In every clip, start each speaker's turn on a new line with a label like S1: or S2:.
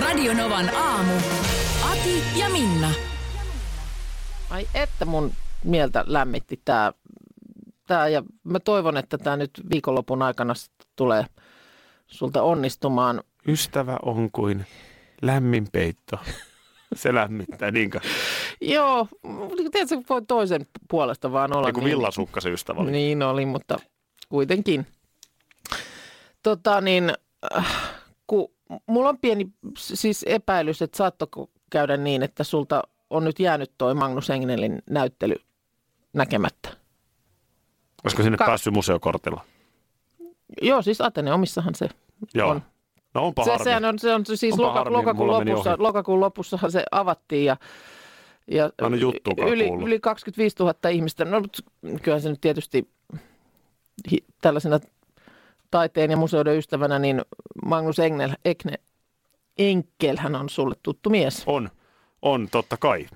S1: Radionovan aamu. Ati ja Minna.
S2: Ai että mun mieltä lämmitti tämä. Tää, ja mä toivon, että tämä nyt viikonlopun aikana sit tulee sulta onnistumaan.
S3: Ystävä on kuin lämmin peitto. Se lämmittää, niin niinkö?
S2: Joo, m- tiedätkö, voi toisen puolesta vaan olla.
S3: Niin kuin villasukka se ystävä oli.
S2: Niin oli, mutta kuitenkin. Tota niin, äh, kun mulla on pieni s- siis epäilys, että saattoko käydä niin, että sulta on nyt jäänyt toi Magnus Engelin näyttely näkemättä.
S3: Olisiko sinne
S2: Ka-
S3: päässyt museokortilla?
S2: Joo, siis Atene omissahan se
S3: Joo.
S2: on.
S3: No onpa
S2: Se,
S3: harmi.
S2: sehän on, se on siis
S3: Onpa
S2: loka,
S3: harmi,
S2: lokakuun,
S3: mulla meni
S2: lopussa,
S3: ohi.
S2: lokakuun lopussahan se avattiin ja, ja
S3: Mä en oo juttuakaan
S2: yli,
S3: kuullut.
S2: yli 25 000 ihmistä. No mut kyllähän se nyt tietysti hi- tällaisena taiteen ja museoiden ystävänä, niin Magnus Engel, Ekne, Enkel, hän on sulle tuttu mies.
S3: On, on totta kai.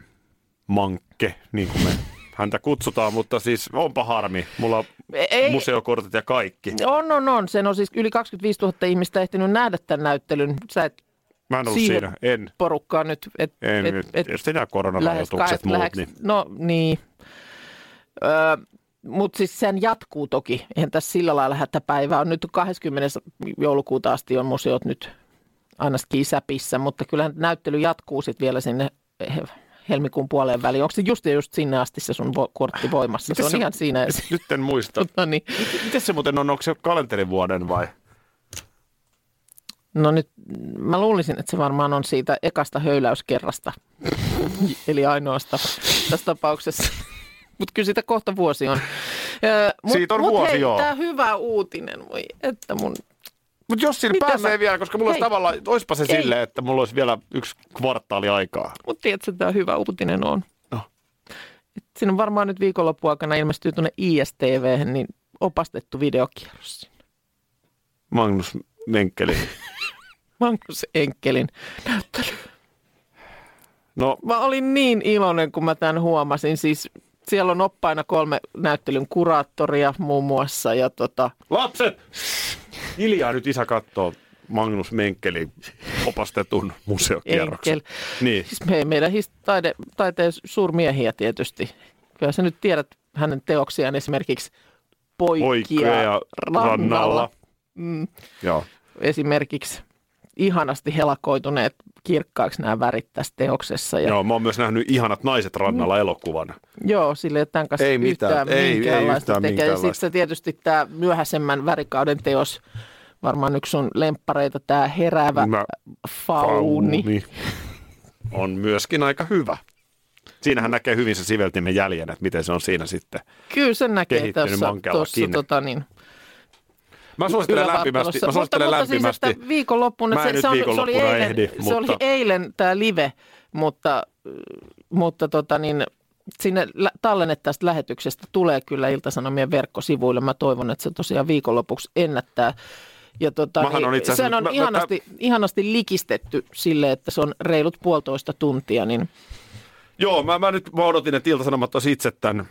S3: Mankke, niin kuin me häntä kutsutaan, mutta siis onpa harmi. Mulla on
S2: E- Ei,
S3: museokortit ja kaikki.
S2: on, on, on. Sen on siis yli 25 000 ihmistä ehtinyt nähdä tämän näyttelyn. Sä et
S3: Mä en ollut
S2: siihen-
S3: siinä. En,
S2: porukkaa nyt, et,
S3: en.
S2: et,
S3: Et,
S2: et,
S3: Tietysti nämä
S2: lähes
S3: koronarajoitukset
S2: kahdet,
S3: muut,
S2: lähes,
S3: niin
S2: No niin. Öö, Mutta siis sen jatkuu toki. Eihän tässä sillä lailla hätäpäivää on. Nyt 20. joulukuuta asti on museot nyt aina skisäpissä, mutta kyllähän näyttely jatkuu sitten vielä sinne he- helmikuun puoleen väliin. Onko se just, ja just sinne asti se sun vo- kortti voimassa? Se
S3: Miten
S2: on
S3: se-
S2: ihan siinä.
S3: nyt en muista.
S2: No, niin.
S3: Miten se muuten on? Onko se kalenterivuoden vai?
S2: no nyt mä luulisin, että se varmaan on siitä ekasta höyläyskerrasta. Eli ainoasta tässä tapauksessa. Mutta kyllä siitä kohta vuosi on. Öö, mut,
S3: Siitä on
S2: mut
S3: vuosi,
S2: hei,
S3: joo.
S2: Tämä hyvä uutinen, voi että mun...
S3: Mutta jos sillä
S2: Mitä
S3: pääsee
S2: mä-
S3: vielä, koska mulla olisi
S2: Niin Hei.
S3: tavallaan, oispa se
S2: Ei.
S3: silleen, että mulla olisi vielä yksi kvartaali aikaa.
S2: Mut tiedätkö, tämä hyvä uutinen on?
S3: No.
S2: Et siinä on varmaan nyt viikonloppuaikana ilmestyy tuonne ISTV, niin opastettu videokierros. siinä.
S3: Magnus Menkkeli.
S2: Magnus Enkelin näyttely.
S3: No,
S2: Mä olin niin iloinen, kun mä tämän huomasin. Siis siellä on oppaina kolme näyttelyn kuraattoria muun muassa. Ja tota,
S3: lapset! Hiljaa nyt isä katsoo Magnus Menkkeli opastetun museokierroksen.
S2: Enkel.
S3: Niin.
S2: Siis me, meidän his, taide, taiteen suurmiehiä tietysti. Kyllä sä nyt tiedät hänen teoksiaan esimerkiksi Poikia,
S3: Poikia ja
S2: rannalla.
S3: rannalla.
S2: Mm,
S3: Joo.
S2: esimerkiksi ihanasti helakoituneet kirkkaaksi nämä värit tässä teoksessa. Ja,
S3: Joo, mä oon myös nähnyt ihanat naiset
S2: Mm.
S3: rannalla elokuvan.
S2: Joo, sille ei ole tämän kanssa
S3: Ei mitään,
S2: yhtään
S3: ei- ei
S2: minkäänlaista
S3: yhtään
S2: tekee. Ja
S3: minkäänlaista.
S2: sitten se tietysti tämä myöhäisemmän värikauden teos, varmaan yksi sun lemppareita, tämä heräävä
S3: Mä-
S2: fauni.
S3: Fauni On myöskin aika hyvä. Siinähän näkee hyvin se siveltimen jäljen, että miten se on siinä sitten.
S2: Kyllä sen näkee
S3: Kehittynyt
S2: tässä,
S3: mankellakin.
S2: tuossa tota niin,
S3: Mä suosittelen lämpimästi.
S2: ylävartalossa.
S3: Mä suosittelen
S2: mutta, mutta siis,
S3: lämpimästi.
S2: että viikonloppuna,
S3: Mä en
S2: se,
S3: nyt
S2: se, on, se
S3: viikonloppuna
S2: oli eilen,
S3: ehdi,
S2: se oli
S3: mutta-
S2: eilen tämä live, mutta, mutta tota niin, sinne lä- tallenne tästä lähetyksestä tulee kyllä Iltasanomien verkkosivuille. Mä toivon, että se tosiaan viikonlopuksi ennättää. Ja tota,
S3: Mähän on itse asiassa-
S2: sehän on
S3: mä- mä-
S2: ihanasti, ihanasti likistetty sille, että se on reilut puolitoista tuntia, niin
S3: Joo, mä, mä nyt mä odotin, että Ilta-Sanomat olisi itse tämän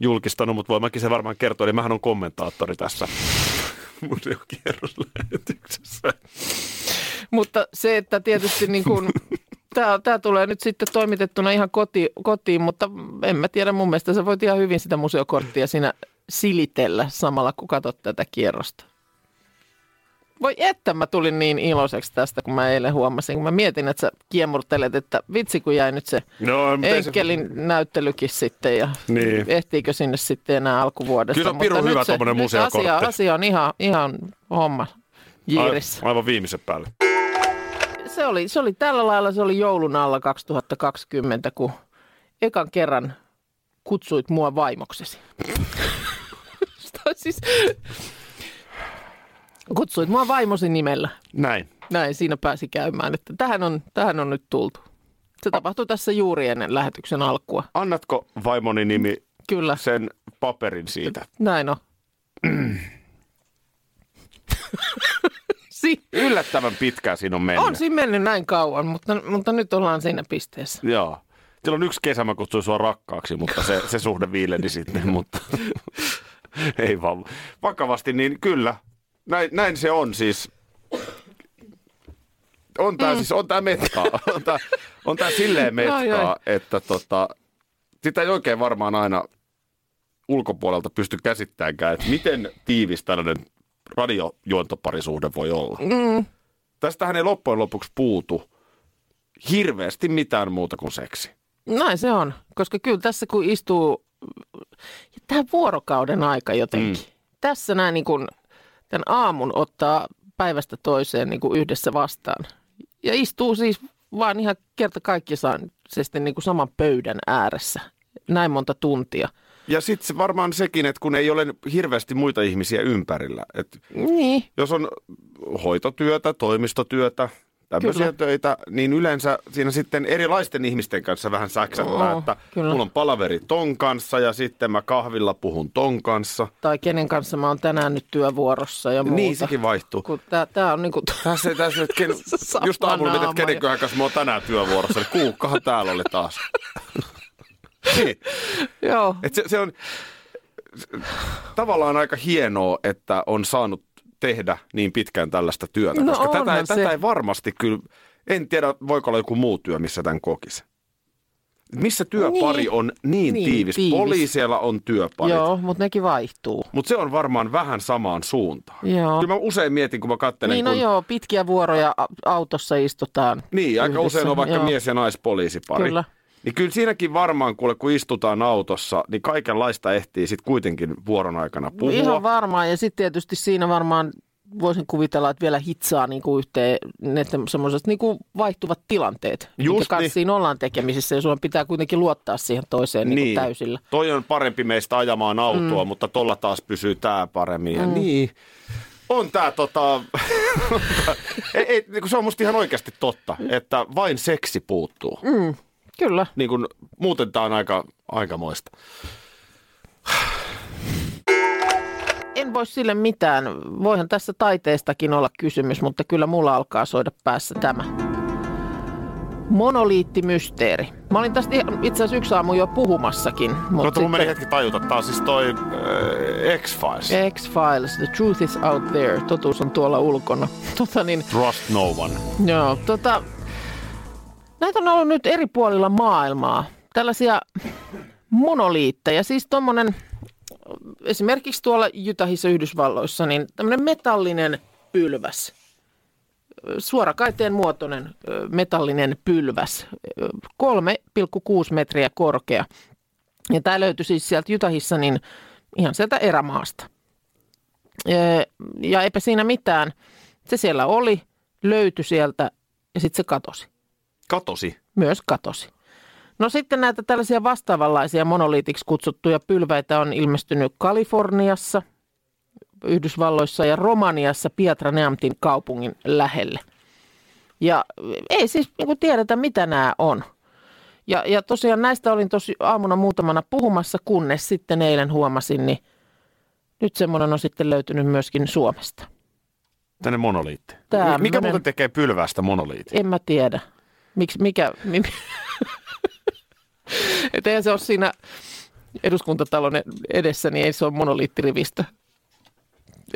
S3: julkistanut, mutta voi mäkin se varmaan kertoa, niin mähän on kommentaattori tässä museokierroslähetyksessä.
S2: Mutta se, että tietysti niin kuin, tämä, tämä tulee nyt sitten toimitettuna ihan koti, kotiin, mutta en mä tiedä, mun mielestä sä voit ihan hyvin sitä museokorttia siinä silitellä samalla, kun katsot tätä kierrosta. Voi että mä tulin niin iloiseksi tästä, kun mä eilen huomasin, kun mä mietin, että sä kiemurtelet, että vitsi kun jäi nyt se
S3: No, mutta ei se-
S2: Enkelin näyttelykin sitten ja
S3: Niin.
S2: ehtiikö sinne sitten enää alkuvuodesta.
S3: Kyllä se on
S2: Mutta
S3: pirun
S2: nyt
S3: hyvä
S2: se-
S3: tommonen
S2: nyt asia,
S3: museokortti.
S2: asia on ihan, ihan homma jiirissä.
S3: Aivan, aivan viimeisen päälle.
S2: Se oli, se oli tällä lailla, se oli joulun alla 2020, kun ekan kerran kutsuit mua vaimoksesi. Tai siis, kutsuit mua vaimosi nimellä.
S3: Näin.
S2: Näin siinä pääsi käymään, että tähän on, tähän on nyt tultu. Se tapahtui tässä juuri ennen lähetyksen alkua.
S3: Annatko vaimoni nimi
S2: Kyllä,
S3: sen paperin siitä?
S2: näin on. si-
S3: Yllättävän pitkään siinä on mennyt.
S2: on siinä mennyt näin kauan, mutta, mutta nyt ollaan siinä pisteessä.
S3: Joo. Silloin yksi kesä mä kutsuin sua rakkaaksi, mutta se, se suhde viileni sitten, mutta ei vaan. Vakavasti, niin kyllä. Näin, näin se on siis. On tää mm. siis, on tää metkaa. On tää, on tää silleen metkaa,
S2: Ai, ai.
S3: että tota, sitä ei oikein varmaan aina ulkopuolelta pysty käsittämään, että miten tiivis tällainen radiojuontoparisuhde voi olla. Mm. Tästähän ei loppujen lopuksi puutu hirveästi mitään muuta kuin seksi.
S2: Näin se on, koska kyllä tässä kun istuu, ja tämä vuorokauden aika jotenkin. Mm. Tässä näin niin kun tämän aamun ottaa päivästä toiseen niin kuin yhdessä vastaan. Ja istuu siis vaan ihan kerta kaikkiaan niin kuin saman pöydän ääressä näin monta tuntia.
S3: Ja sitten se varmaan sekin, että kun ei ole hirveästi muita ihmisiä ympärillä. Et
S2: Niin,
S3: jos on hoitotyötä, toimistotyötä, tämmöisiä
S2: Kyllä.
S3: kyllä. töitä, niin yleensä siinä sitten erilaisten ihmisten kanssa vähän säksättää,
S2: Oo,
S3: että
S2: kyllä.
S3: mulla on palaveri ton kanssa ja sitten mä kahvilla puhun ton kanssa.
S2: tai kenen kanssa mä oon tänään nyt työvuorossa ja muuta.
S3: Niin, sekin vaihtuu.
S2: Tämä on niin kuin,
S3: Tässä, tässä, että ken,
S2: Sama
S3: just aamulla mietin,
S2: naama
S3: että kenenköhän kanssa mä oon tänään työvuorossa. niin Kuukkahan täällä oli taas. niin.
S2: joo,
S3: Et se, se on se- tavallaan aika hienoa, että on saanut tehdä niin pitkään tällaista työtä,
S2: No
S3: koska tätä, ei-
S2: onhan se.
S3: tätä ei varmasti kyllä, en tiedä voiko olla joku muu työ, missä tämän kokisi. Missä työpari
S2: Niin.
S3: niin. on niin,
S2: Niin,
S3: niin tiivis.
S2: tiivis.
S3: tiivis. Poliiseilla on työpari.
S2: joo mutta nekin vaihtuu.
S3: Mutta se on varmaan vähän samaan suuntaan.
S2: Joo.
S3: Kyllä mä usein mietin, kun mä katselen,
S2: Niin, no
S3: kun...
S2: joo, pitkiä vuoroja a- autossa istutaan.
S3: Niin, aika
S2: yhdessä,
S3: usein on vaikka
S2: joo.
S3: joo. mies- ja naispoliisipari.
S2: Kyllä.
S3: Niin kyllä siinäkin varmaan, kuule, kun istutaan autossa, niin kaikenlaista ehtii sitten kuitenkin vuoron aikana puhua.
S2: No Ihan varmaan, ja sitten tietysti siinä varmaan voisin kuvitella, että vielä hitsaa niin kuin yhteen ne semmoiset niin kuin vaihtuvat tilanteet,
S3: Just
S2: minkä kanssa
S3: niin.
S2: siinä ollaan tekemisissä, ja sun pitää kuitenkin luottaa siihen toiseen niin. Niin kuin täysillä.
S3: Toi on parempi meistä ajamaan autoa, mm. mutta tolla taas pysyy tää paremmin. Ja mm. niin. On tää tota... ei, ei, niin se on musta ihan oikeasti totta, että vain seksi puuttuu. Mm.
S2: Kyllä.
S3: Niin kun, muuten tää on aika, aikamoista.
S2: En voi sille mitään. Voihan tässä taiteestakin olla kysymys, mutta kyllä mulla alkaa soida päässä tämä. Monoliittimysteeri. Mä olin tästä ihan- itse asiassa yksi aamu jo puhumassakin.
S3: Mut
S2: Mutta
S3: Mutta mun No, meni hetki tajuta, tää on siis toi äh, X-Files. Ei.
S2: X-Files, the truth is out there. Totuus on tuolla ulkona. Tota niin,
S3: Trust no one.
S2: joo, tota, näitä on ollut nyt eri puolilla maailmaa. Tällaisia monoliitteja, siis tuommoinen esimerkiksi tuolla Jytähissä Yhdysvalloissa, niin tämmöinen metallinen pylväs, Ö, suorakaiteen muotoinen ö, metallinen pylväs, Ö, 3,6 metriä korkea. Ja tämä löytyi siis sieltä Jytähissä, niin ihan sieltä erämaasta. Ö, Ja eipä siinä mitään. Se siellä oli, löytyi sieltä ja sitten se katosi
S3: Katosi.
S2: myös katosi. No sitten näitä tällaisia vastaavanlaisia monoliitiksi kutsuttuja pylväitä on ilmestynyt Kaliforniassa, Yhdysvalloissa ja Romaniassa Piatra Neamtin kaupungin lähelle. Ja ei siis niin kuin tiedetä, mitä nämä on. Ja, ja tosiaan näistä olin tosi aamuna muutamana puhumassa, kunnes sitten eilen huomasin, niin nyt semmoinen on sitten löytynyt myöskin Suomesta.
S3: Tänne monoliitti.
S2: Tää
S3: Mikä
S2: monen-
S3: muuten tekee pylvästä monoliitti?
S2: En mä tiedä. Miks, mikä, mi, Et eihän se ole siinä eduskuntatalon edessä, niin ei se ole monoliittirivistä.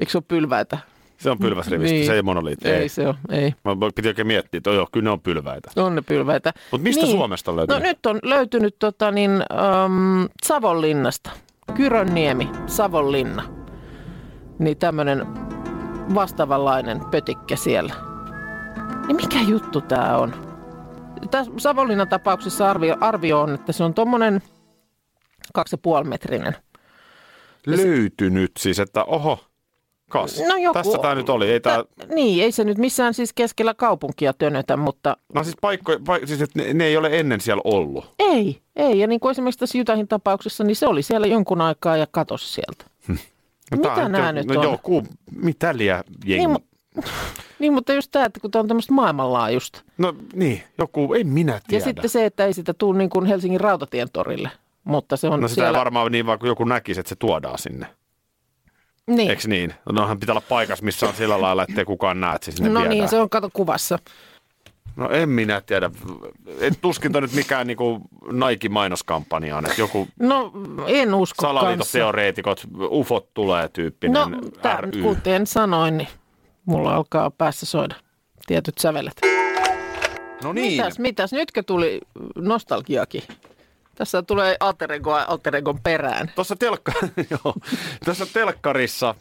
S2: Eikö se ole pylväitä?
S3: Se on pylväsrivistä,
S2: Niin.
S3: se ei monoliitti.
S2: Ei, ei se ole, ei.
S3: Mä mä piti oikein miettiä, että joo, kyllä ne on pylväitä.
S2: On ne pylväitä.
S3: Mut mistä Suomesta on
S2: No
S3: löytynyt?
S2: nyt on löytynyt tota, niin, äm, Savonlinnasta. Kyrönniemi, Savonlinna. Niin tämmöinen vastaavanlainen pötikkä siellä. Niin mikä juttu tämä on? Tässä Savonlinnan tapauksessa arvio, arvio on, että se on tuommoinen 2,5 metrinen.
S3: löytynyt siis, että oho, kas.
S2: No joku-
S3: Tässä tämä nyt oli. Ei tää,
S2: Tä- Niin, ei se nyt missään siis keskellä kaupunkia tönötä, mutta
S3: no siis paikko, paik, siis että ne, ne, ei ole ennen siellä ollut.
S2: Ei, ei. Ja niin kuin esimerkiksi tässä Jytähin tapauksessa, niin se oli siellä jonkun aikaa ja katosi sieltä.
S3: No,
S2: Mitä
S3: tää
S2: nää
S3: on-
S2: nyt
S3: no,
S2: on?
S3: Joku, mitä liä jengi.
S2: Niin,
S3: Niin,
S2: mu- Niin, mutta just tämä, että kun tämä on tämmöistä maailmanlaajuista.
S3: No niin, joku, en minä
S2: Ja
S3: tiedä.
S2: sitten se, että ei sitä tule niin kuin Helsingin rautatien torille. Mutta se on
S3: no sitä
S2: siellä...
S3: ei varmaan niin, vaan kun joku näkisi, että se tuodaan sinne.
S2: niin.
S3: Eikö niin? No, Nohan pitää olla paikassa, missä on sillä lailla, ettei kukaan näe, että se sinne
S2: No
S3: viedään.
S2: niin, se on kato kuvassa.
S3: No en minä tiedä. Et tuskin toi nyt mikään niinku Nike-mainoskampanja on, että joku
S2: No en usko kanssa.
S3: salaliitoteoreetikot, ufot tulee tyyppinen
S2: No, tää,
S3: ry.
S2: kuten sanoin, niin mulla alkaa päässä soida tietyt sävelet.
S3: Niin. No niin,
S2: Mitäs, mitäs? Nytkö tuli nostalgiakin? Tässä tulee alter, ego, alter egon perään.
S3: tuossa telkka... joo. Tuossa telkkarissa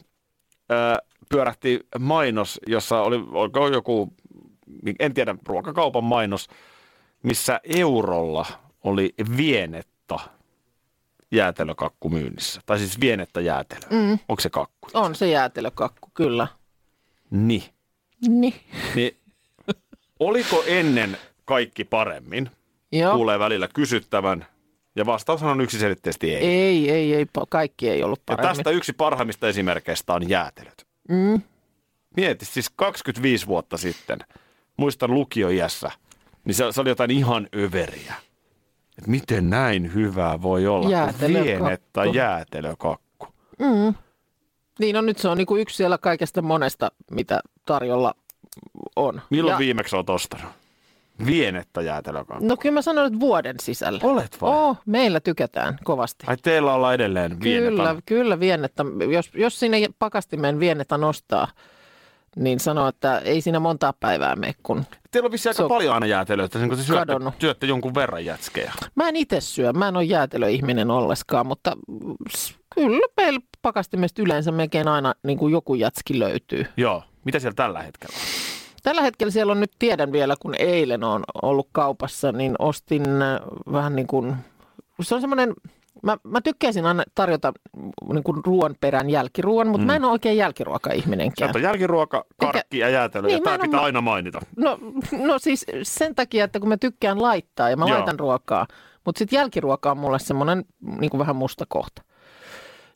S3: ö, pyörähti mainos, jossa oli olko joku, en tiedä, ruokakaupan mainos, missä eurolla oli vienetta jäätelökakku myynnissä. Tai siis vienetta jäätelöä. Mm. Onko se kakku?
S2: On se jäätelökakku, kyllä.
S3: Niin.
S2: Niin.
S3: Niin, oliko ennen kaikki paremmin?
S2: Joo.
S3: Kuulee välillä kysyttävän. Ja vastaushan on yksiselitteisesti ei.
S2: Ei, ei, ei, pa- kaikki ei ollut
S3: ja
S2: paremmin.
S3: tästä yksi parhaimmista esimerkkeistä on jäätelöt. Mm. Mieti, siis 25 vuotta sitten, muistan lukioiässä, niin se, se oli jotain ihan överiä. Et miten näin hyvää voi olla,
S2: Jäätelökakku.
S3: kun vienettä jäätelökakku.
S2: Niin, no nyt se on niinku yksi siellä kaikesta monesta, mitä tarjolla on.
S3: Milloin
S2: Ja-
S3: viimeksi olet ostanut? Vienettä jäätelökakku.
S2: No kyllä mä sanon, että vuoden sisällä.
S3: Olet vai?
S2: Oh, meillä tykätään kovasti.
S3: Ai teillä ollaan edelleen vienettä.
S2: Kyllä, kyllä vienettä. Jos, jos sinne pakastimeen vienettä nostaa, niin sanoo, että ei siinä montaa päivää mene, kun...
S3: Teillä on vissiin aika
S2: Se on
S3: paljon aina jäätelöitä, sen kun te syötte,
S2: kadonnut.
S3: syötte jonkun verran jätskejä.
S2: Mä en itse syö, mä en ole jäätelöihminen ollenkaan, mutta s- kyllä meillä pakastimesta yleensä melkein aina niin kuin joku jätski löytyy.
S3: Joo. Mitä siellä tällä hetkellä on?
S2: Tällä hetkellä siellä on nyt, tiedän vielä, kun eilen on ollut kaupassa, niin ostin äh, vähän niin kuin, se on semmoinen, mä, mä tykkäisin aina tarjota mm, niin kuin ruoan perään jälkiruoan, mutta mm. mä en ole oikein jälkiruoka-ihminenkään.
S3: Sieltä on jälkiruoka, karkki ja jäätelö,
S2: Niin,
S3: ja
S2: mä
S3: tämä
S2: en oo
S3: pitää
S2: ma-
S3: aina mainita.
S2: No, no siis sen takia, että kun mä tykkään laittaa ja mä
S3: Joo.
S2: Joo. laitan ruokaa, mutta sitten jälkiruoka on mulle semmoinen niin kuin vähän musta kohta.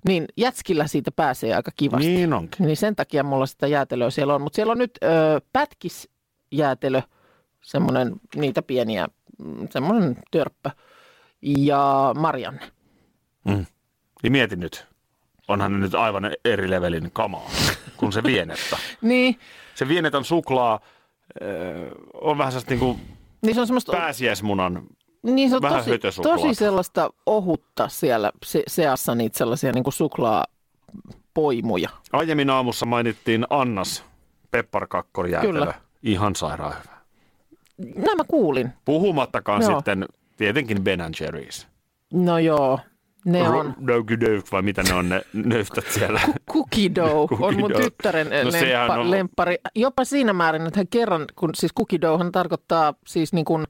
S2: Niin jätskillä siitä pääsee aika kivasti. Niin,
S3: Niin onkin.
S2: niin sen takia mulla sitä jäätelöä siellä on. Mutta siellä on nyt ö, pätkisjäätelö, semmoinen niitä pieniä, mm, semmoinen törppä ja marjanne.
S3: Niin mieti nyt. Onhan ne nyt aivan eri levelin kamaa kuin se vienettä.
S2: Niin,
S3: Se vienetän suklaa öö, on vähän sellaista niinku
S2: niin se on semmoista
S3: pääsiäismunan.
S2: Niin se on
S3: Vähän
S2: tosi,
S3: hötösuklaata.
S2: tosi sellaista ohutta siellä se, seassa niitä sellaisia niin suklaa poimuja.
S3: Aiemmin aamussa mainittiin Annas pepparkakkorijäätelö.
S2: Kyllä.
S3: Ihan sairaan hyvä.
S2: Näin mä kuulin.
S3: Puhumattakaan
S2: Joo.
S3: sitten tietenkin Ben Jerry's.
S2: No joo, ne on.
S3: Nöykydöyk vai mitä ne on ne nöyftät siellä.
S2: Cookie dough
S3: Cookie
S2: on mun
S3: dough.
S2: tyttären
S3: No
S2: no,
S3: sehän
S2: lemppa,
S3: on-
S2: on... lemppari. Jopa siinä määrin, että hän kerran, kun siis cookie doughhan tarkoittaa siis niin kuin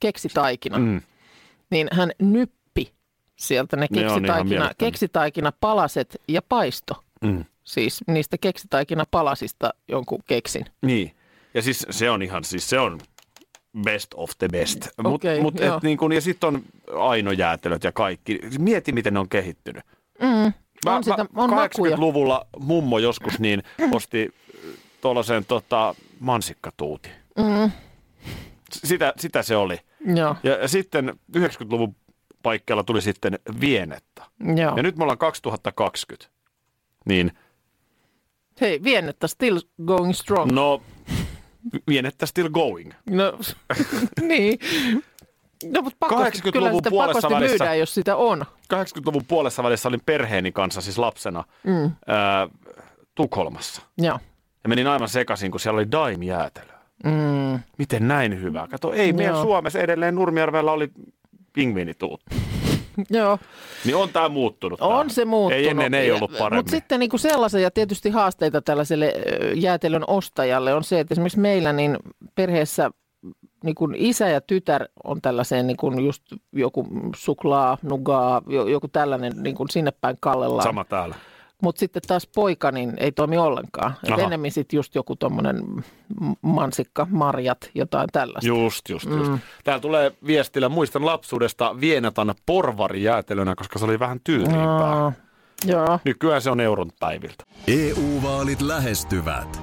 S2: keksitaikina, mm.
S3: Mm.
S2: niin hän nyppi sieltä ne
S3: Ne on ihan
S2: keksitaikina,
S3: mielettömiä.
S2: keksitaikina palaset ja paisto.
S3: Mm.
S2: Siis niistä keksitaikina palasista jonkun keksin.
S3: Niin. Ja siis se on ihan, siis se on best of the best. Mut,
S2: Okei,
S3: mut
S2: joo.
S3: et niin kun, ja sitten on Aino jäätelöt ja kaikki. Mieti, miten ne on kehittynyt. Mm,
S2: on sitä- on makuja.
S3: 80-luvulla mummo joskus niin osti tuollaisen tota, mansikkatuuti. Mm. Sitä, sitä se oli.
S2: Joo,
S3: Ja, ja sitten 90-luvun paikkeilla tuli sitten vienetta.
S2: joo.
S3: Ja nyt me ollaan 2020. Niin
S2: Hei, viennettä still going strong.
S3: No, vienettä still going.
S2: No, niin. No, mutta pakosti,
S3: 80-luvun
S2: kyllä sitä
S3: puolessa
S2: pakosti
S3: välissä.
S2: myydään, jos sitä on.
S3: 80-luvun puolessa välissä olin perheeni kanssa, siis lapsena, mm. ää, Tukholmassa.
S2: Joo.
S3: Ja menin aivan sekaisin, kun siellä oli daimjäätelöä.
S2: Mm.
S3: Miten näin hyvää? Kato, ei meidän
S2: Joo.
S3: Suomessa edelleen Nurmijärvellä oli pingviinituut.
S2: Joo,
S3: Niin on tämä muuttunut. tää.
S2: on se muuttunut.
S3: Ei ennen ei ollut paremmin.
S2: Mutta sitten niin sellaisia ja tietysti haasteita tällaiselle ö, jäätelön ostajalle on se, että esimerkiksi meillä niin perheessä niin kuin isä ja tytär on tällaiseen niin kuin just joku suklaa, nugaa, jo- joku tällainen niin kuin sinne päin kallellaan.
S3: Sama täällä.
S2: Mutta sitten taas poika niin ei toimi ollenkaan. Et
S3: Aha.
S2: enemmän sitten just joku tuommoinen mansikka, marjat, jotain tällaista.
S3: Just, just, just. Mm. Täällä tulee viestillä, muistan lapsuudesta vienetan porvarijäätelönä, koska se oli vähän tyyliimpää.
S2: Joo.
S3: Nykyään se on euron päiviltä.
S4: EU-vaalit E lähestyvät.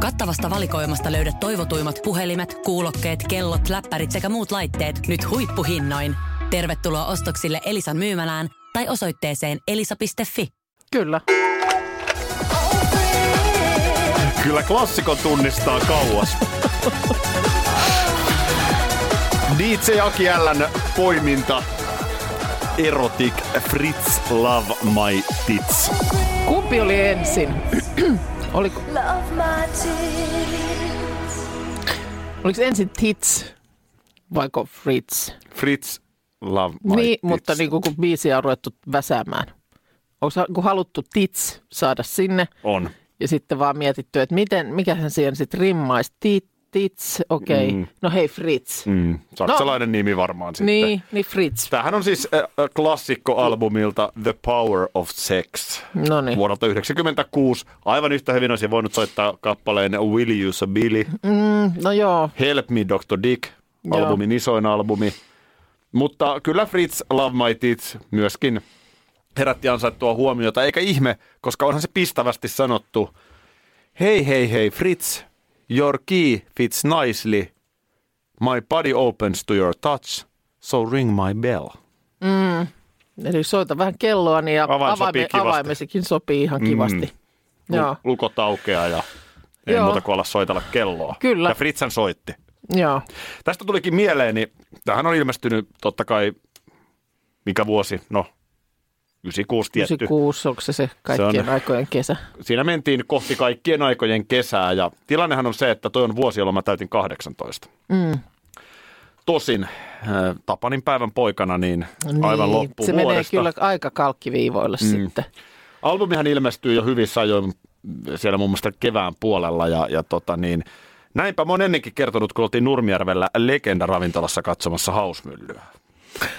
S5: Kattavasta valikoimasta löydät toivotuimmat puhelimet, kuulokkeet, kellot, läppärit sekä muut laitteet nyt huippuhinnoin. Tervetuloa ostoksille Elisan myymälään tai osoitteeseen elisa.fi.
S2: Kyllä.
S3: Kyllä klassikon tunnistaa kauas. Nietzsche Jakiälän poiminta Erotic Fritz Love My Tits.
S2: Kumpi oli ensin? Oliko,
S6: Love my tears.
S2: oliko ensin Tits vaiko Fritz?
S3: Fritz Love My
S2: Niin,
S3: Tits.
S2: mutta niin kuin, kun biisiä on ruvettu väsäämään. Onko ha- kun haluttu Tits saada sinne
S3: On.
S2: ja sitten vaan mietitty, että miten, mikähän siihen sitten rimmaisi? Tit, tits, okei. Okay. Mm. No hei Fritz. Mm,
S3: Mm, saksalainen no. nimi varmaan sitten.
S2: niin, niin Fritz.
S3: Tämähän on siis äh, äh, klassikkoalbumilta The Power of Sex
S2: No niin.
S3: vuodelta 1996. Aivan yhtä hyvin olisi voinut soittaa kappaleen Will You So Billy,
S2: No joo,
S3: Help Me Dr. Dick,
S2: Joo.
S3: albumin isoin albumi. Mutta kyllä Fritz Love My Tits myöskin herätti ansaittua huomiota, eikä ihme, koska onhan se pistävästi sanottu. Hei hei hei Fritz, your key fits nicely, my body opens to your touch, so ring my bell.
S2: eli soita vähän kelloa niin ja
S3: Avain sopii
S2: avaime,
S3: kivasti.
S2: avaimesikin sopii ihan kivasti. Mm. Joo,
S3: Lu- lukot aukeaa ja ei
S2: Joo.
S3: muuta kuin olla soitella kelloa.
S2: Kyllä.
S3: Ja Fritzän soitti.
S2: joo.
S3: Tästä tulikin mieleeni, tähän on ilmestynyt totta kai, mikä vuosi, no 96 tietty.
S2: 96, onko se se kaikkien
S3: on-
S2: aikojen kesä?
S3: Siinä mentiin kohti kaikkien aikojen kesää ja tilannehan on se, että toi on vuosi, jolloin mä täytin 18. Mm. Tosin äh, Tapanin päivän poikana niin aivan
S2: Niin, Se
S3: loppuvuodesta.
S2: menee kyllä aika kalkkiviivoille mm. sitten.
S3: Albumihan ilmestyy jo hyvissä ajoin siellä muun muassa kevään puolella ja, ja tota niin, näinpä mä oon ennenkin kertonut, kun oltiin Nurmijärvellä Legenda-ravintolassa katsomassa hausmyllyä.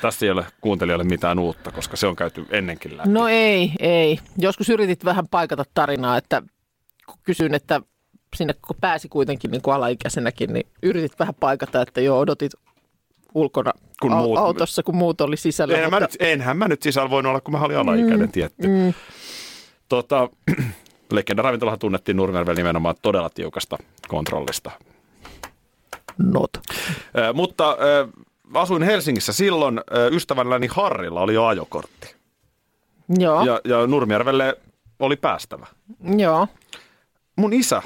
S3: Tässä ei ole kuuntelijoille mitään uutta, koska se on käyty ennenkin läpi.
S2: No ei, ei. Joskus yritit vähän paikata tarinaa, että kun kysyin, että sinne kun pääsi kuitenkin niin kuin alaikäisenäkin, niin yritit vähän paikata, että joo, odotit ulkona
S3: Kun
S2: kun au-
S3: muut-
S2: muut, autossa, kun muut oli sisällä.
S3: enhän,
S2: mutta,
S3: mä nyt, enhän mä nyt sisällä voinut olla, kun mä olin alaikäinen, mm, tietty. Mm. Tota, Legenda-ravintolahan tunnettiin Nurmijärvellä nimenomaan todella tiukasta kontrollista.
S2: Not.
S3: Ö, mutta ö, asuin Helsingissä silloin, ö, ystävälläni Harrilla oli jo ajokortti.
S2: Joo, ja.
S3: ja, ja Nurmijärvelle oli päästävä.
S2: joo.
S3: Mun isä,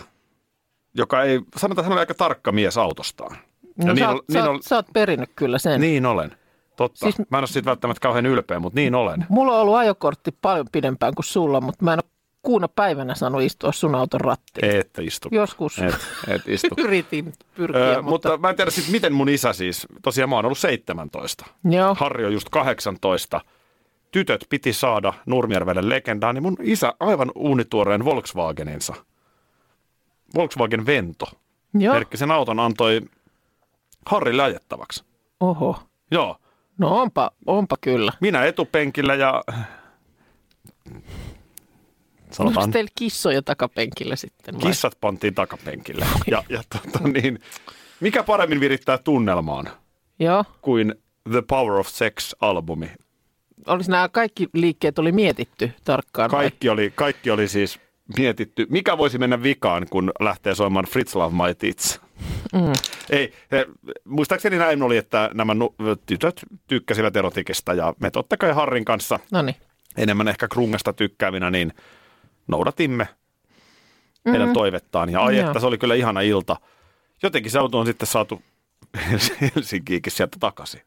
S3: joka ei, sanotaan, että hän oli aika tarkka mies autostaan.
S2: No,
S3: niin,
S2: sä,
S3: ol-
S2: oot, sä,
S3: niin,
S2: oot, sä oot perinnyt kyllä sen. Niin.
S3: niin olen. Totta. Siis...
S2: Siis-
S3: Mä en ole siitä välttämättä kauhean ylpeä, mutta niin olen.
S2: Mulla on ollut ajokortti paljon pidempään kuin sulla, mutta mä en ole kuuna päivänä saanut istua sun auton rattiin.
S3: Et istu.
S2: Joskus
S3: Et, et istu.
S2: yritin pyrkiä,
S3: Ö,
S2: öö, mutta,
S3: mutta mä en tiedä sitten, miten mun isä siis, tosiaan mä oon ollut 17.
S2: mutta joo.
S3: Harri on just 18. Tytöt piti saada Nurmijärvelle legendaa, niin mun isä aivan uunituoreen Volkswageninsa. Volkswagen Vento.
S2: joo.
S3: Erkki sen auton antoi Harrille ajettavaksi.
S2: Oho.
S3: Joo.
S2: No onpa, onpa kyllä.
S3: Minä etupenkillä ja...
S2: Onko
S3: Sanotaan,
S2: teillä kissoja takapenkillä sitten? vai?
S3: kissat pantiin takapenkille. Ja, ja tota niin, mikä paremmin virittää tunnelmaan
S2: Joo.
S3: kuin The Power of Sex-albumi?
S2: Olisi nämä kaikki liikkeet oli mietitty tarkkaan. vai?
S3: Kaikki oli, kaikki oli siis mietitty, mikä voisi mennä vikaan, kun lähtee soimaan Fritz Love My Tits. Mm. Ei, he, muistaakseni näin oli, että nämä nu- tytöt tykkäsivät erotikista ja me totta kai Harrin kanssa
S2: Noniin.
S3: enemmän ehkä krungasta tykkäävinä, niin noudatimme mm-hmm. heidän toivettaan. Ja ai,
S2: Mm-hmm. Joo.
S3: että se oli kyllä ihana ilta. Jotenkin se auto on sitten saatu Helsinkiinkin sieltä takaisin.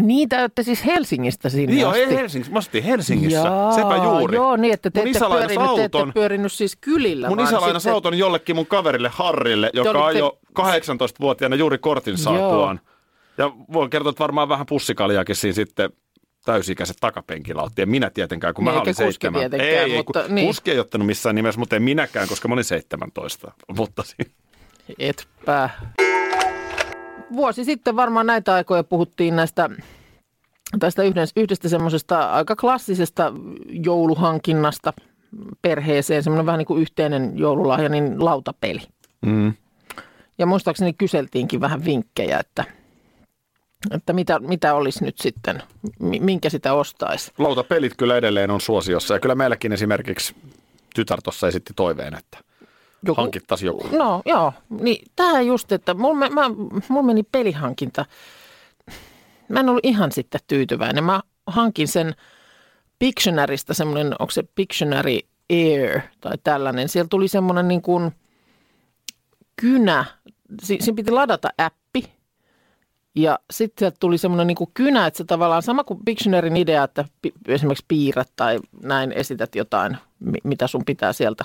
S2: Niin, te olette siis Helsingistä sinne
S3: Niin joo,
S2: asti.
S3: ei Helsingissä. Mä asutin Helsingissä.
S2: Jaa,
S3: Sepä juuri.
S2: Joo, niin että te
S3: mun
S2: ette,
S3: isä lainasi
S2: pyörinyt, te ette
S3: auton.
S2: pyörinyt siis kylillä.
S3: Mun
S2: vaan
S3: isä lainasi
S2: sitten-
S3: auton jollekin mun kaverille Harrille,
S2: Joo,
S3: joka
S2: te-
S3: ajoi 18-vuotiaana juuri kortin saatuaan. Ja voin kertoa, että varmaan vähän pussikaljakin siinä sitten täysikäiset takapenkillä otti. En minä tietenkään, kun
S2: Niin,
S3: mä
S2: eikä
S3: olin
S2: kuski
S3: seitsemän.
S2: tietenkään,
S3: ei,
S2: mutta
S3: ku,
S2: niin.
S3: kuski ei ottanut missään nimessä, mutta en minäkään, koska mä olin 17. Mutta si-
S2: Etpä. Vuosi sitten varmaan näitä aikoja puhuttiin näistä tästä yhdestä, yhdestä semmoisesta aika klassisesta jouluhankinnasta perheeseen, semmoinen vähän niin kuin yhteinen joululahja, niin lautapeli. Mm. Ja muistaakseni kyseltiinkin vähän vinkkejä, että, että mitä, mitä olisi nyt sitten, mi- minkä sitä ostaisi.
S3: lautapelit kyllä edelleen on suosiossa. Ja kyllä meilläkin esimerkiksi tytär tuossa esitti toiveen, että
S2: Joku-
S3: hankittaisiin joku.
S2: No joo, niin tämä just, että mulla, me, mä, mulla meni pelihankinta. Mä en ollut ihan sitten tyytyväinen. Mä hankin sen Pictionarysta semmoinen, onko se Pictionary Air tai tällainen. Siellä tuli semmoinen niin kuin kynä, si, siinä piti ladata appi. Ja sitten sieltä tuli semmoinen niin kuin kynä, että se tavallaan sama kuin Pictionaryn idea, että pi, esimerkiksi piirrät tai näin esität jotain, mi, mitä sun pitää sieltä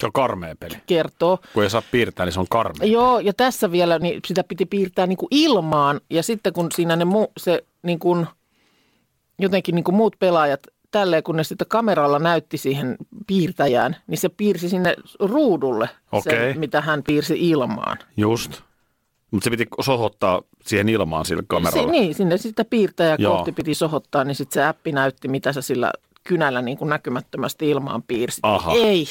S3: Se on karmea peli.
S2: kertoa.
S3: Kun ei saa piirtää, niin se on karmea.
S2: Joo, ja tässä vielä niin sitä piti piirtää niin kuin ilmaan, ja sitten kun siinä ne mu, se niin kuin, jotenkin niin kuin muut pelaajat tälleen, kun ne sitten kameralla näytti siihen piirtäjään, niin se piirsi sinne ruudulle
S3: Okei.
S2: sen, mitä hän piirsi ilmaan.
S3: Just. Mutta se piti sohottaa siihen ilmaan sillä kameralla.
S2: niin, sinne sitten piirtäjä
S3: Joo.
S2: kohti piti sohottaa, niin sitten se appi näytti, mitä sä sillä kynällä niin kuin näkymättömästi ilmaan piirsit.
S3: Aha.
S2: Ei,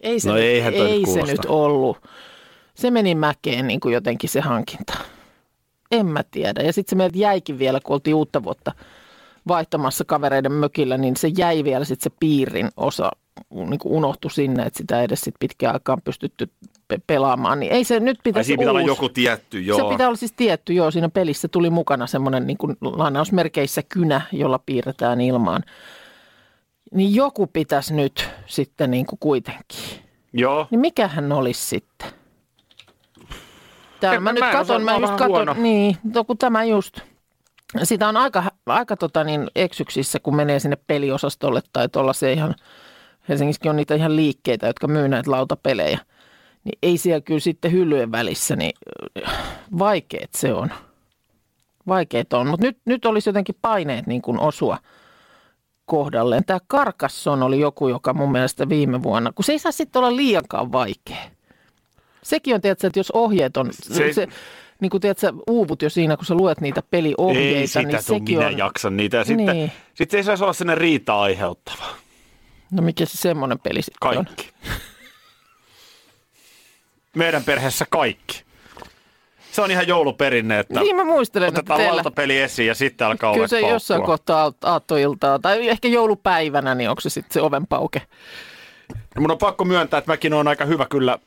S2: ei se,
S3: No
S2: nyt,
S3: eihän toi nyt
S2: ei se
S3: kuulosta.
S2: nyt ollut. Se meni mäkeen niin kuin jotenkin se hankinta. En mä tiedä. Ja sitten se meiltä jäikin vielä, kun oltiin uutta vuotta vaihtamassa kavereiden mökillä, niin se jäi vielä sitten se piirin osa niin kuin unohtui sinne, että sitä ei edes sit pitkään aikaan pystytty pe- pelaamaan. Niin ei se nyt
S3: Ai
S2: pitäisi
S3: siinä pitää olla
S2: uusi.
S3: joku tietty, joo.
S2: Se pitää olla siis tietty, joo. Siinä pelissä tuli mukana semmoinen niin kuin lainausmerkeissä kynä, jolla piirretään ilmaan. Niin joku pitäisi nyt sitten niin kuin kuitenkin.
S3: Joo.
S2: Niin mikähän olisi sitten? Täällä
S3: En-
S2: mä,
S3: mä
S2: nyt
S3: en osaa,
S2: katon,
S3: mä
S2: mä
S3: oon
S2: just
S3: vähän huono.
S2: katon. Niin, no kun tämä just. Sitä on aika, aika tota niin, eksyksissä, kun menee sinne peliosastolle tai tuolla se ihan, Helsingissäkin on niitä ihan liikkeitä, jotka myy näitä lautapelejä. Niin ei siellä kyllä sitten hyllyjen välissä, niin äh, vaikeet se on. Vaikeet on, mutta nyt, nyt olisi jotenkin paineet niin kuin osua kohdalleen. Tämä Karkasson oli joku, joka mun mielestä viime vuonna, kun se ei saa sitten olla liiankaan vaikea. Sekin on, tiedätkö, että jos ohjeet on,
S3: Se-
S2: se, se, niin kuin tiedätkö, uuvut jo siinä, kun sä luet niitä peliohjeita,
S3: Ei sitä,
S2: niin
S3: niin
S2: sekin
S3: minä
S2: on...
S3: jaksan niitä. Ja sitten,
S2: Niin.
S3: niin. sitten ei saisi olla sinne riitaa aiheuttava.
S2: No mikä se semmoinen peli sitten on?
S3: Kaikki. Meidän perheessä kaikki. Se on ihan jouluperinne, että
S2: Niin mä muistelen, että
S3: No. otetaan
S2: teillä...
S3: lautapeli esiin ja sitten alkaa
S2: Kyllä
S3: ovet
S2: se jossain
S3: paukkua.
S2: kohtaa aat- aattoiltaa tai ehkä joulupäivänä, niin onko se sitten se ovenpauke?
S3: Mun on pakko myöntää, että mäkin on aika hyvä kyllä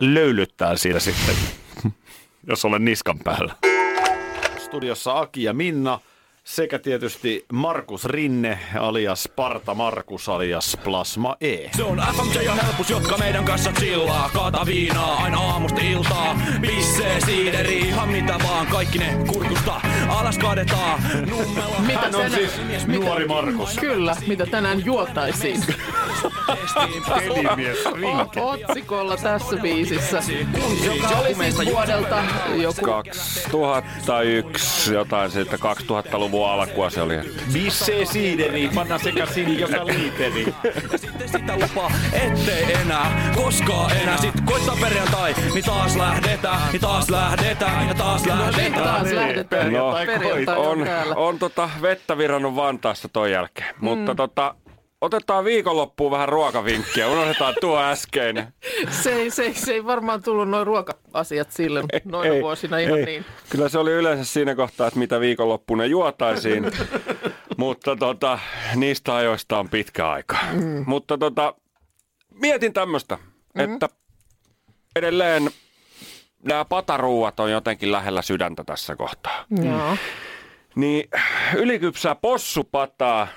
S3: löylyttää siinä sitten, jos olen niskan päällä. Studiossa Aki ja Minna sekä tietysti Markus Rinne alias Parta Markus alias Plasma E.
S7: Se on FMJ ja helpus, jotka meidän kanssa chillaa. Kaata viinaa aina aamusta iltaa. Pissee, siideri, ihan mitä vaan. Kaikki ne kurkusta alas kaadetaan. Nummela.
S2: Mitä
S3: Hän on
S2: tänään-
S3: siis nuori Markus.
S2: Kyllä, mitä tänään juotaisiin.
S3: Pelimies Rinke.
S2: Otsikolla tässä biisissä, joka oli siis vuodelta joku
S8: 2001, jotain siitä 2000-luvun alkua se oli.
S3: Bissee siideri, panna sekä sinjota liiteri.
S7: Sitten sitä lupaa, ettei enää, koskaan enää. Sitten koittaa perjantai, niin taas lähdetään, niin taas lähdetään ja taas
S2: Niin
S7: lähdetään.
S2: taas lähdetään.
S8: No,
S2: Perjantai on
S8: on,
S2: täällä. Mm.
S8: on tota vettä virannut Vantaasta ton jälkeen. Mutta tota, otetaan viikonloppuun vähän ruokavinkkiä. Unohdetaan tuo äskeinen.
S2: Se ei, se, ei- se ei varmaan tullut noin ruoka-asiat silloin noina vuosina ihan
S8: ei.
S2: niin.
S8: Kyllä se oli yleensä siinä kohtaa, että mitä viikonloppuna juotaisiin. Mutta tota, niistä ajoista on pitkä aika. Mm. Mutta tota, mietin tämmöistä,
S2: Mm-hmm.
S8: mm. että edelleen nämä pataruuat on jotenkin lähellä sydäntä tässä kohtaa.
S2: Joo.
S8: Niin ylikypsää possupataa,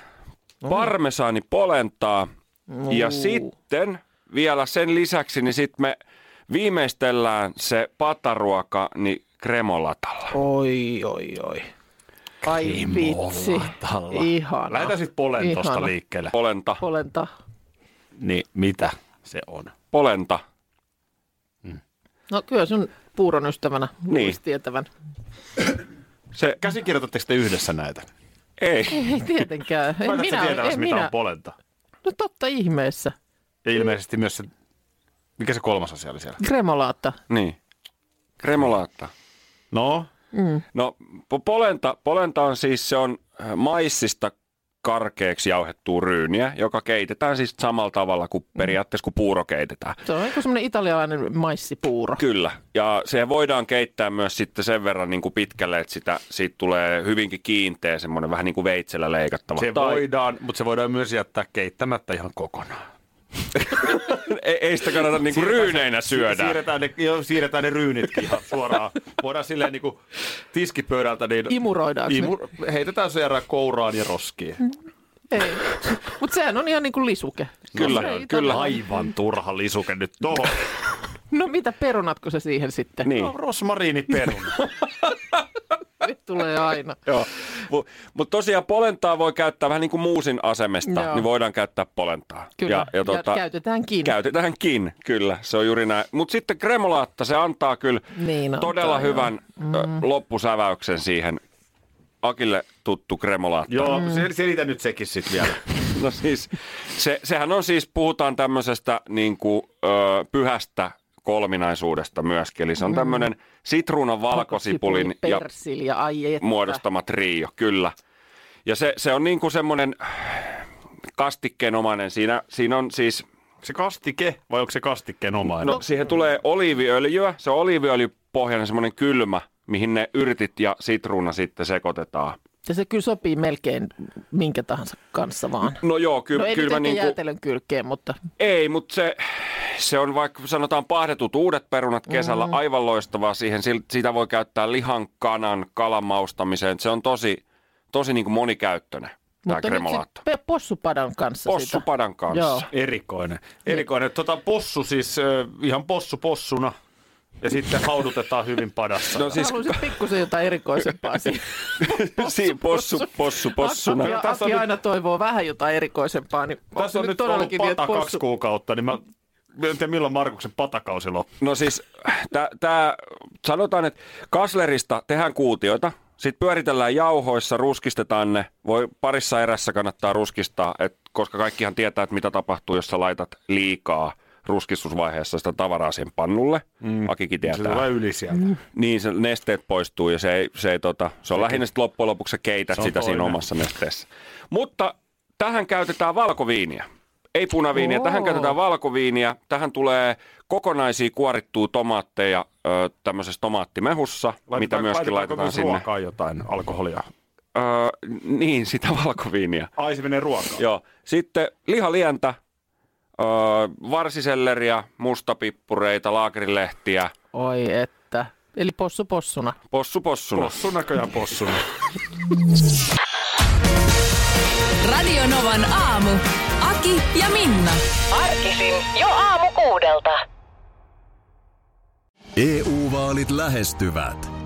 S8: parmesaani polentaa ja sitten vielä sen lisäksi niin sit me viimeistellään se pataruoka niin kremolatalla.
S2: Oi, oi, oi. Ai vitsi. Ihana.
S3: Lähetään sitten polentosta
S2: Ihana.
S3: liikkeelle.
S8: Polenta.
S2: Polenta.
S3: Niin, mitä se on?
S8: Polenta.
S2: No kyllä sun puuron ystävänä niin. tietävän.
S3: Se, käsikirjoitatteko te yhdessä näitä?
S8: Ei.
S2: Ei tietenkään. En
S3: Laitatko
S2: minä,
S3: tietää,
S2: en
S3: mitä
S2: minä.
S3: on polenta?
S2: No totta ihmeessä.
S3: Ja ilmeisesti myös se, mikä se kolmas asia oli siellä?
S2: Kremolaatta.
S8: Niin. Kremolaatta.
S3: No,
S8: No po- polenta, polenta on siis, se on äh, maissista karkeaksi jauhettua ryyniä, joka keitetään siis samalla tavalla kuin periaatteessa kuin puuro keitetään.
S2: Se on niin kuin semmoinen italialainen maissipuuro.
S8: Kyllä, ja se voidaan keittää myös sitten sen verran niin kuin pitkälle, että sitä, siitä tulee hyvinkin kiinteä, semmoinen vähän niin kuin veitsellä leikattava.
S3: se
S8: Tai-
S3: voidaan, mutta se voidaan myös jättää keittämättä ihan kokonaan.
S8: ei, ei sitä kannata niin kuin ryyneinä syödä.
S3: Siirretään ne, joo, siirretään ne ryynitkin ihan suoraan. Voidaan silleen niin kuin tiskipöydältä, niin
S2: Imuroidaanko ne?
S3: imu, heitetään suoraan kouraan ja roskiin.
S8: Mm,
S2: Ei. Mutta sehän on ihan niin kuin lisuke.
S8: Kyllä,
S2: se ei
S8: kyllä.
S2: todella-
S3: Aivan turha lisuke nyt tohon.
S2: No mitä perunatko se siihen sitten?
S8: Niin.
S3: Niin. No, rosmariiniperuna.
S2: Nyt tulee aina.
S8: Joo. Mutta tosiaan polentaa voi käyttää vähän niin kuin muusin asemesta,
S2: Joo.
S8: niin voidaan käyttää polentaa.
S2: Kyllä. Ja, ja tota, käytetäänkin.
S8: Käytetäänkin, kyllä. Se on juuri näin. Mutta sitten kremolaatta, se antaa kyllä
S2: Niin antaa,
S8: todella
S2: joo.
S8: hyvän mm. loppusäväyksen siihen. Akille tuttu kremolaatta.
S3: Joo, sel- Mm. selitä nyt sekin sitten vielä.
S8: No siis, se, sehän on siis, puhutaan tämmöisestä niin kuin, ö, pyhästä kolminaisuudesta myöskin. Eli
S2: Mm.
S8: se on tämmöinen sitruunan, valkosipulin ja
S2: persil ja ai että.
S8: muodostama trio, kyllä. Ja se, se on niin kuin semmoinen kastikkeenomainen. Siinä, siinä on siis,
S3: Se kastike vai onko se kastikkeenomainen?
S8: no siihen tulee oliiviöljyä. Se on oliiviöljypohjainen semmoinen kylmä, mihin ne yrtit ja sitruuna sitten sekoitetaan.
S2: Ja se kyllä sopii melkein minkä tahansa kanssa vaan.
S8: No joo, ky-
S2: No ei
S8: kylmä
S2: nyt niin
S8: niin kuin,
S2: jäätelön kylkeen, mutta
S8: Ei, mutta se, se on vaikka sanotaan pahdetut uudet perunat kesällä mm. aivan loistavaa siihen. Sil- Sitä voi käyttää lihan, kanan, kalan maustamiseen. Se on tosi, tosi niin kuin monikäyttöinen tämä
S2: mutta nyt
S8: kremolaatto.
S2: No se pe- possupadan kanssa sitä.
S8: Possupadan kanssa.
S2: Joo.
S3: Erikoinen. Erikoinen. Tota, possu siis ö, ihan possu possuna. Ja sitten haudutetaan hyvin padassa.
S8: No siis
S2: Haluaisin pikkusen jotain erikoisempaa siihen.
S8: siinä possu, possu, possuna.
S2: Aki, ja
S3: Tässä on
S2: Aki
S3: nyt-
S2: aina toivoo vähän jotain erikoisempaa, niin
S3: Tässä on nyt ollut
S2: todellakin
S3: pata
S2: possu-
S3: kaksi kuukautta, niin mä mä en tiedä milloin Markuksen patakausi loppuu.
S8: No siis, tämä, sanotaan, että kaslerista tehdään kuutioita, sitten pyöritellään jauhoissa, ruskistetaan ne. Voi parissa erässä kannattaa ruskistaa, et, koska kaikkihan tietää, että mitä tapahtuu, jos sä laitat liikaa ruskistusvaiheessa sitä tavaraa siihen pannulle. Mm. Akikin
S3: Se
S8: tietää.
S3: tulee yli
S2: Mm.
S3: sieltä.
S8: Niin, se nesteet poistuu ja se, ei, se, ei, tota, se on lähinnä sitten loppujen lopuksi sä keität
S3: Se on
S8: sitä siinä
S3: toinen.
S8: omassa nesteessä. Mutta tähän käytetään valkoviiniä. Ei punaviiniä,
S2: Oo.
S8: tähän käytetään valkoviiniä. Tähän tulee kokonaisia kuorittua tomaatteja ö, tämmöisessä tomaattimehussa, mitä myöskin laitetaan
S3: myös
S8: sinne.
S3: ruokaa jotain alkoholia?
S8: Ö, öö, niin, sitä valkoviiniä.
S3: Ai se menee ruokaan.
S8: Joo. Sitten lihalientä, ö, varsiselleriä, mustapippureita, laakerilehtiä,
S2: Oi että. Eli possu possuna.
S8: possu possuna.
S3: Possu näköjään possuna.
S5: Radio Novan aamu. Aki ja Minna.
S9: Arkisin jo aamu kuudelta.
S4: EU-vaalit E lähestyvät.